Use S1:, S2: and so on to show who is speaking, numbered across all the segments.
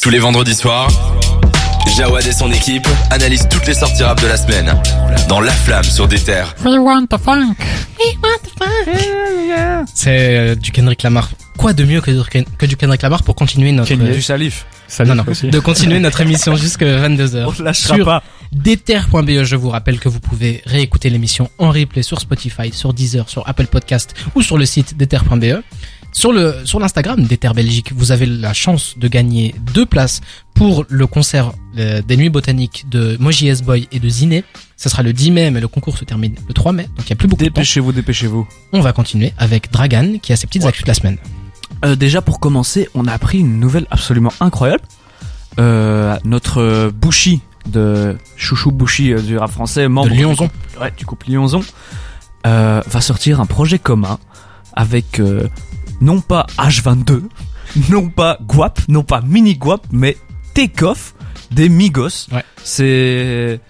S1: Tous les vendredis soirs, Jawad et son équipe analysent toutes les sorties rap de la semaine dans La Flamme sur des terres.
S2: We want the funk.
S3: C'est euh, du Kendrick Lamar. Quoi de mieux que du, Ken- que du Kendrick Lamar pour continuer notre
S4: Kendrick.
S3: euh,
S4: Du salif.
S3: non, non, de continuer notre émission jusque 22 h
S4: On te lâchera
S3: Sur-
S4: Oh, pas.
S3: Déter.be, E. je vous rappelle que vous pouvez réécouter l'émission en replay sur Spotify, sur Deezer, sur Apple Podcast ou sur le site déter.be. E. Sur le sur l'Instagram Déter Belgique, vous avez la chance de gagner deux places pour le concert euh, des Nuits Botaniques de Moji S Boy et de Ziné. Ça sera le 10 mai, mais le concours se termine le 3 mai, donc il y a plus beaucoup de temps.
S4: Dépêchez-vous, dépêchez-vous.
S3: On va continuer avec Dragan qui a ses petites actus de la semaine.
S4: Euh, déjà pour commencer, on a appris une nouvelle absolument incroyable. Euh, notre euh, Bushi de Chouchou Bushi euh, du rap français, membre
S3: de Lyonzon.
S4: ouais, du couple Lyonzon, euh, va sortir un projet commun avec euh, non pas H22, non pas Guap, non pas Mini Guap, mais Takeoff des Migos.
S3: Ouais.
S4: C'est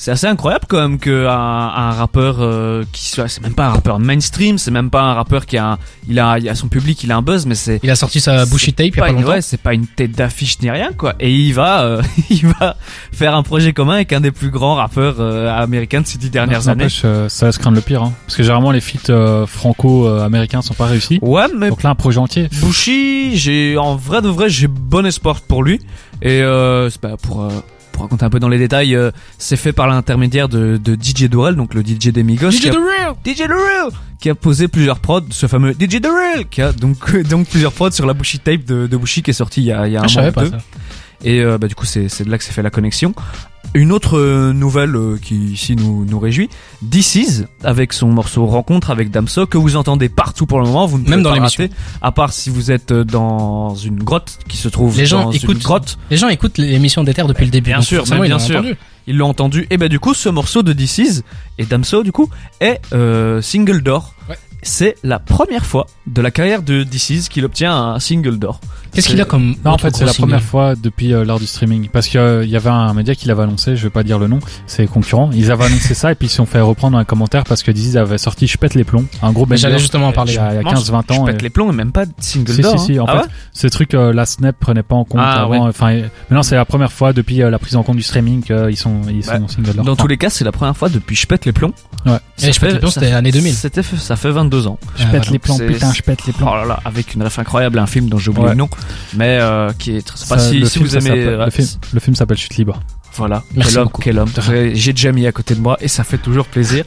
S4: c'est assez incroyable quand même que un, un rappeur euh, qui soit c'est même pas un rappeur mainstream, c'est même pas un rappeur qui a un- il a il a son public, il a un buzz, mais c'est
S3: Il a sorti sa
S4: c'est
S3: Bushy Tape il y a pas
S4: une-
S3: longtemps.
S4: ouais, c'est pas une tête d'affiche ni rien quoi. Et il va, euh, il va faire un projet commun avec un des plus grands rappeurs euh, américains de ces dix dernières
S5: Non,
S4: années.
S5: n'empêche, euh, ça va se craindre le pire, hein. parce que généralement les feats euh, franco-américains sont pas réussis.
S4: Ouais, mais
S5: Donc là, un projet entier.
S4: Bushi, j'ai en vrai de vrai, j'ai bon espoir pour lui. Et euh, c'est pas pour euh, pour raconter un peu dans les détails, euh, c'est fait par l'intermédiaire de, de DJ Dorel, donc le DJ des Migos. qui a- DJ Dorel qui a posé plusieurs prods, ce fameux DJ Dorel qui a donc euh, donc plusieurs prods sur la Bushi tape de, de Bushi qui est sortie il y a, il y a un
S3: Ah, je
S4: mois
S3: savais
S4: ou
S3: pas
S4: deux.
S3: ça.
S4: Et euh, bah, du coup, c'est c'est de là que s'est fait la connexion. Une autre euh, nouvelle euh, qui ici nous, nous réjouit, This Is, avec son morceau Rencontre avec Damso, que vous entendez partout pour le moment, vous ne pouvez
S3: Même dans
S4: pas
S3: l'émission.
S4: rater, à part si vous êtes euh, dans une grotte qui se trouve
S3: Les gens
S4: dans
S3: écoutent-
S4: une grotte,
S3: Les gens écoutent l'émission des terres depuis le début.
S4: bien
S3: donc
S4: sûr,
S3: forcément,
S4: mais
S3: ils
S4: bien
S3: l'ont
S4: sûr.
S3: entendu.
S4: ils l'ont entendu, et ben du coup, ce morceau de This Is, et Damso du coup, est euh, single d'or.
S3: Ouais.
S4: C'est la première fois de la carrière de This Is qu'il obtient un single d'or.
S3: Qu'est-ce qu'il a comme.
S5: Non, en
S3: autre
S5: fait,
S3: gros
S5: c'est la
S3: single
S5: première fois depuis euh, l'heure du streaming. Parce qu'il y avait un média qui l'avait annoncé, je vais pas dire le nom, c'est concurrent. Ils avaient annoncé ça et puis ils se sont fait reprendre dans un commentaire parce que Dizzy avait sorti Je pète les plombs, un gros
S3: Mais
S5: banger.
S3: J'allais justement en
S5: Il
S3: parler. euh,
S5: y a, il y a
S4: Franchement,
S5: 15-20
S4: Je
S5: ans.
S4: pète
S5: et-
S4: les plombs, et même pas de single
S5: Si,
S4: d'or.
S5: si, si,
S4: hein.
S5: en
S4: Ah
S5: fait,
S4: ouais
S5: Ces trucs, euh, la Snap prenait pas en compte
S4: Ah,
S5: avant. Enfin, euh, maintenant c'est la première fois depuis euh, la prise en compte du streaming qu'ils sont, ils sont
S4: Ouais.
S5: single d'or.
S4: Bah, Dans
S5: Enfin,
S4: tous les cas, c'est la première fois depuis Je pète les plombs.
S5: Ouais.
S4: Ça
S3: Et Je pète
S4: fait-
S3: les plombs,
S4: ça-
S3: c'était l'année 2000.
S4: C'était, ça fait 22 ans.
S3: Ah,
S5: Je pète
S3: voilà.
S5: les plombs,
S4: C'est-
S5: putain, je pète les plombs.
S4: Oh là là, avec une ref incroyable, un film dont j'ai oublié
S5: Ouais.
S4: le nom, mais euh, qui est. très- C'est pas
S5: Ça,
S4: si,
S5: le
S4: si
S5: film,
S4: vous
S5: ça
S4: aimez.
S5: s'appelle-
S4: euh,
S5: le, film, le film s'appelle Chute libre.
S4: Voilà,
S3: Merci
S4: quel homme,
S3: beaucoup.
S4: quel homme. J'ai- J'ai Jamie à côté de moi et ça fait toujours plaisir.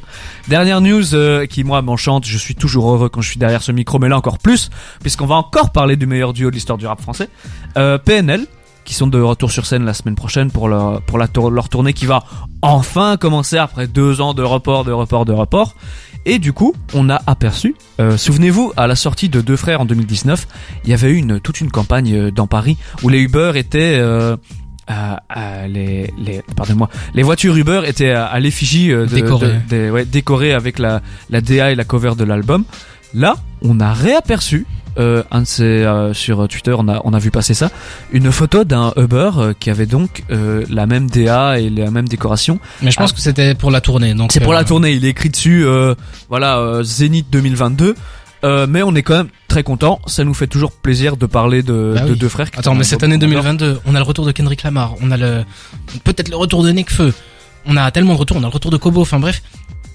S4: Dernière news euh, qui moi m'enchante, je suis toujours heureux quand je suis derrière ce micro, mais là encore plus, puisqu'on va encore parler du meilleur duo de l'histoire du rap français. Euh, PNL, qui sont de retour sur scène la semaine prochaine pour, leur, pour la tour- leur tournée qui va enfin commencer après deux ans de report, de report, de report. Et du coup, on a aperçu, euh, souvenez-vous, à la sortie de Deux Frères en 2019, il y avait eu une, toute une campagne euh, dans Paris où les Uber étaient... euh, euh, euh, les, les, pardonnez-moi, les voitures Uber étaient à, à l'effigie euh, de-
S3: Décorées.
S4: de- des- ouais, décorées avec la, la DA et la cover de l'album. Là, on a réaperçu, euh, un de ces, euh, sur Twitter, on a, on a vu passer ça, une photo d'un Uber euh, qui avait donc euh, la même DA et la même décoration.
S3: Mais je pense
S4: Ah.
S3: que c'était pour la tournée. donc,
S4: C'est pour
S3: euh,
S4: la tournée, il est écrit dessus, euh, voilà, euh, Zénith 2022. Euh, mais on est quand même très content. Ça nous fait toujours plaisir de parler de,
S3: Bah
S4: de
S3: oui.
S4: deux frères. qui
S3: Attends,
S4: sont
S3: mais
S4: un
S3: cette
S4: beau
S3: année
S4: bonheur.
S3: 2022, on a le retour de Kendrick Lamar, on a le peut-être le retour de Nekfeu, on a tellement de retours, on a le retour de Kobo, enfin bref,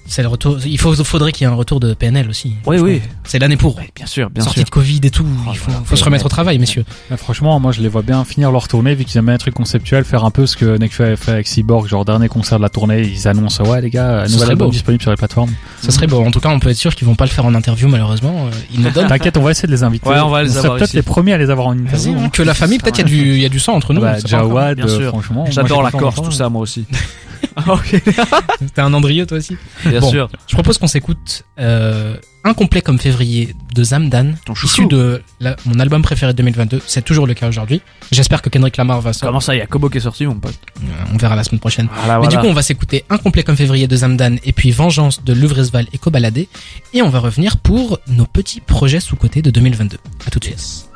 S3: c'est le retour. Il faut, faudrait qu'il y ait un retour de PNL aussi.
S4: Oui, oui,
S3: C'est l'année pour.
S4: bien sûr, bien
S3: Sortie
S4: sûr.
S3: de Covid et tout, il faut,
S4: voilà,
S3: faut se remettre au travail, messieurs.
S5: Mais franchement, moi je les vois bien finir leur tournée vu qu'ils aiment bien un truc conceptuel, faire un peu ce que Nekfeu avait fait avec Cyborg, genre dernier concert de la tournée, ils annoncent ouais les gars,
S3: Ce
S5: nouvel
S3: serait
S5: album
S3: beau.
S5: disponible sur les plateformes.
S3: Ça serait bon. En tout cas, on peut être sûr qu'ils vont pas le faire en interview, malheureusement. Euh, Ils nous donnent.
S5: T'inquiète, on va essayer de les inviter.
S4: Ouais, on va les
S5: sera
S4: avoir
S5: peut-être
S4: ici.
S5: les premiers à les avoir en
S3: Vas-y,
S5: interview.
S3: hein.
S5: hein.
S3: Que la famille, peut-être il y a du, il y a du sang entre nous. on
S5: Bah,
S3: sait pas encore.
S5: Jawad,
S4: bien
S5: euh,
S4: sûr.
S5: franchement. moi,
S4: J'adore
S5: j'ai
S4: la
S5: confiance
S4: Corse,
S5: en toi.
S4: tout ça, moi aussi. ok,
S3: T'es un Andrieux, toi aussi.
S4: bien
S3: Bon.
S4: sûr.
S3: Je propose qu'on s'écoute euh, un complet comme février de Zamdan,
S4: Ton chouchou.
S3: issu de la- mon album préféré de 2022. C'est toujours le cas aujourd'hui. J'espère que Kendrick Lamar va sortir.
S4: Comment ça, il y a Kobo qui est sorti, mon pote
S3: On verra la semaine prochaine.
S4: Ah, Voilà,
S3: Mais du coup, on va s'écouter un complet comme février de Zamdan et puis Vengeance de Luvresval et Kobalade. Et on va revenir pour nos petits projets sous-cotés de 2022. À tout de suite.